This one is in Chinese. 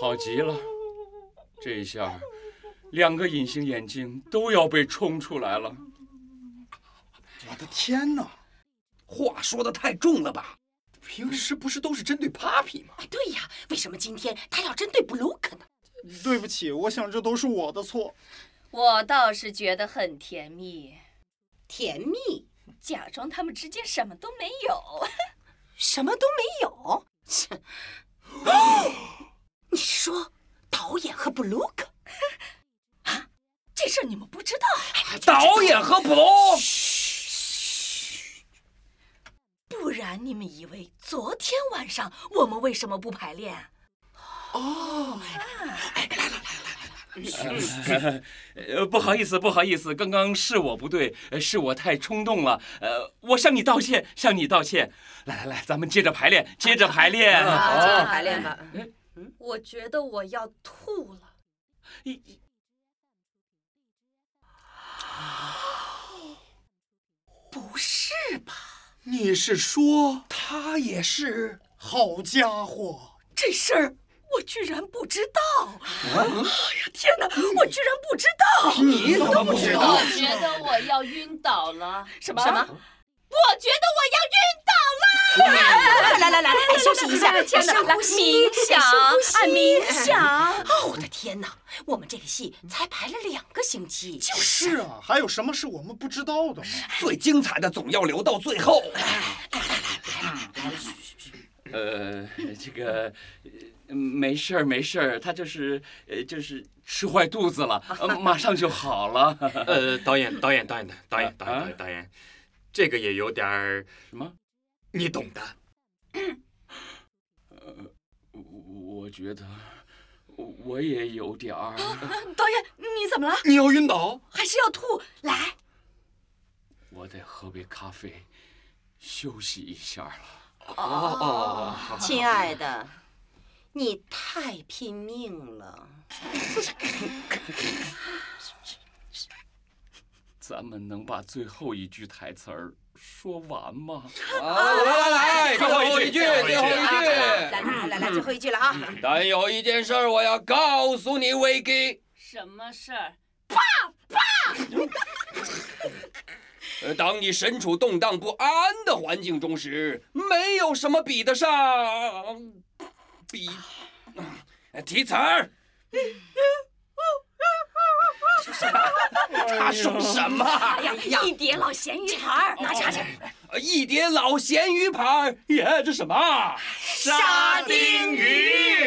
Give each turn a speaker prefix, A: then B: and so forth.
A: 好极了，这一下，两个隐形眼睛都要被冲出来了。
B: 我的天哪，
C: 话说的太重了吧？
B: 平时不是都是针对 Papi 吗？
D: 哎，对呀，为什么今天他要针对 Blue 呢？
B: 对不起，我想这都是我的错。
E: 我倒是觉得很甜蜜，
D: 甜蜜，
E: 假装他们之间什么都没有。
D: 什么都没有。切 你是说导演和 Blue
E: 啊？这事儿你们不知道？
C: 导演和普龙，
E: 不然你们以为昨天晚上我们为什么不排练？啊
D: 哦，
A: 来来来来来， 呃，不好意思，不好意思，刚刚是我不对，呃是我太冲动了，呃，我向你道歉，向你道歉。来来来，咱们接着排练，接着排练，
F: 啊，接着排练吧。
E: 哦嗯
F: 嗯
E: 我觉得我要吐了。
D: 不是吧？
B: 你是说他也是？好家伙，
D: 这事儿我居然不知道！
C: 啊
D: 哎呀，天哪，我 居然不知道！
B: 你怎么不知道
E: 我？觉得我要晕倒 了。
D: 什么什么？
E: 我觉得我要晕倒了。
D: 来来来来，哎休息一下，
E: 天哪
D: 深呼吸，
E: 冥
D: 哎
E: 想
D: 深
E: 啊
D: 呼
E: 冥
D: 吸，
E: 想
D: 哦，我的天哪，我们这个戏才排了两个星期，就是
B: 啊，还有什么是我们不知道的吗？
C: 最精彩的总要留到最后。
A: 呃，这个，呃没事儿没事儿，他就是呃就是吃坏肚子了，呃马上就好了。
G: 呃，导演，导演，导演，导演，导演，导
A: 啊
G: 演，导演，这个也有点儿，
A: 什么？
G: 你懂的。
A: 我我觉得我也有点儿。
E: 导演，你怎么了？
G: 你要晕倒？
E: 还是要吐？来，
A: 我得喝杯咖啡，休息一下了。
G: 哦哦，
F: 亲爱的，
D: 你太拼命了。
A: 咱们能把最后一句台词儿说完吗？
C: 来来来，最后一句，最后
D: 来
C: 一
D: 来来来来，最后一句了啊！
C: 句。嗯但有一件事儿我要告诉你，维基。
E: 什么事儿？
C: 呃，当你身处动荡不安的环境中时，没有什么比得上比呃题词儿。他说什么？
E: 哎呀，一碟老咸鱼盘儿，拿叉去。
C: 呃一碟老咸鱼盘儿，呀，这什么？沙
E: 丁鱼。
A: 啊
B: 哦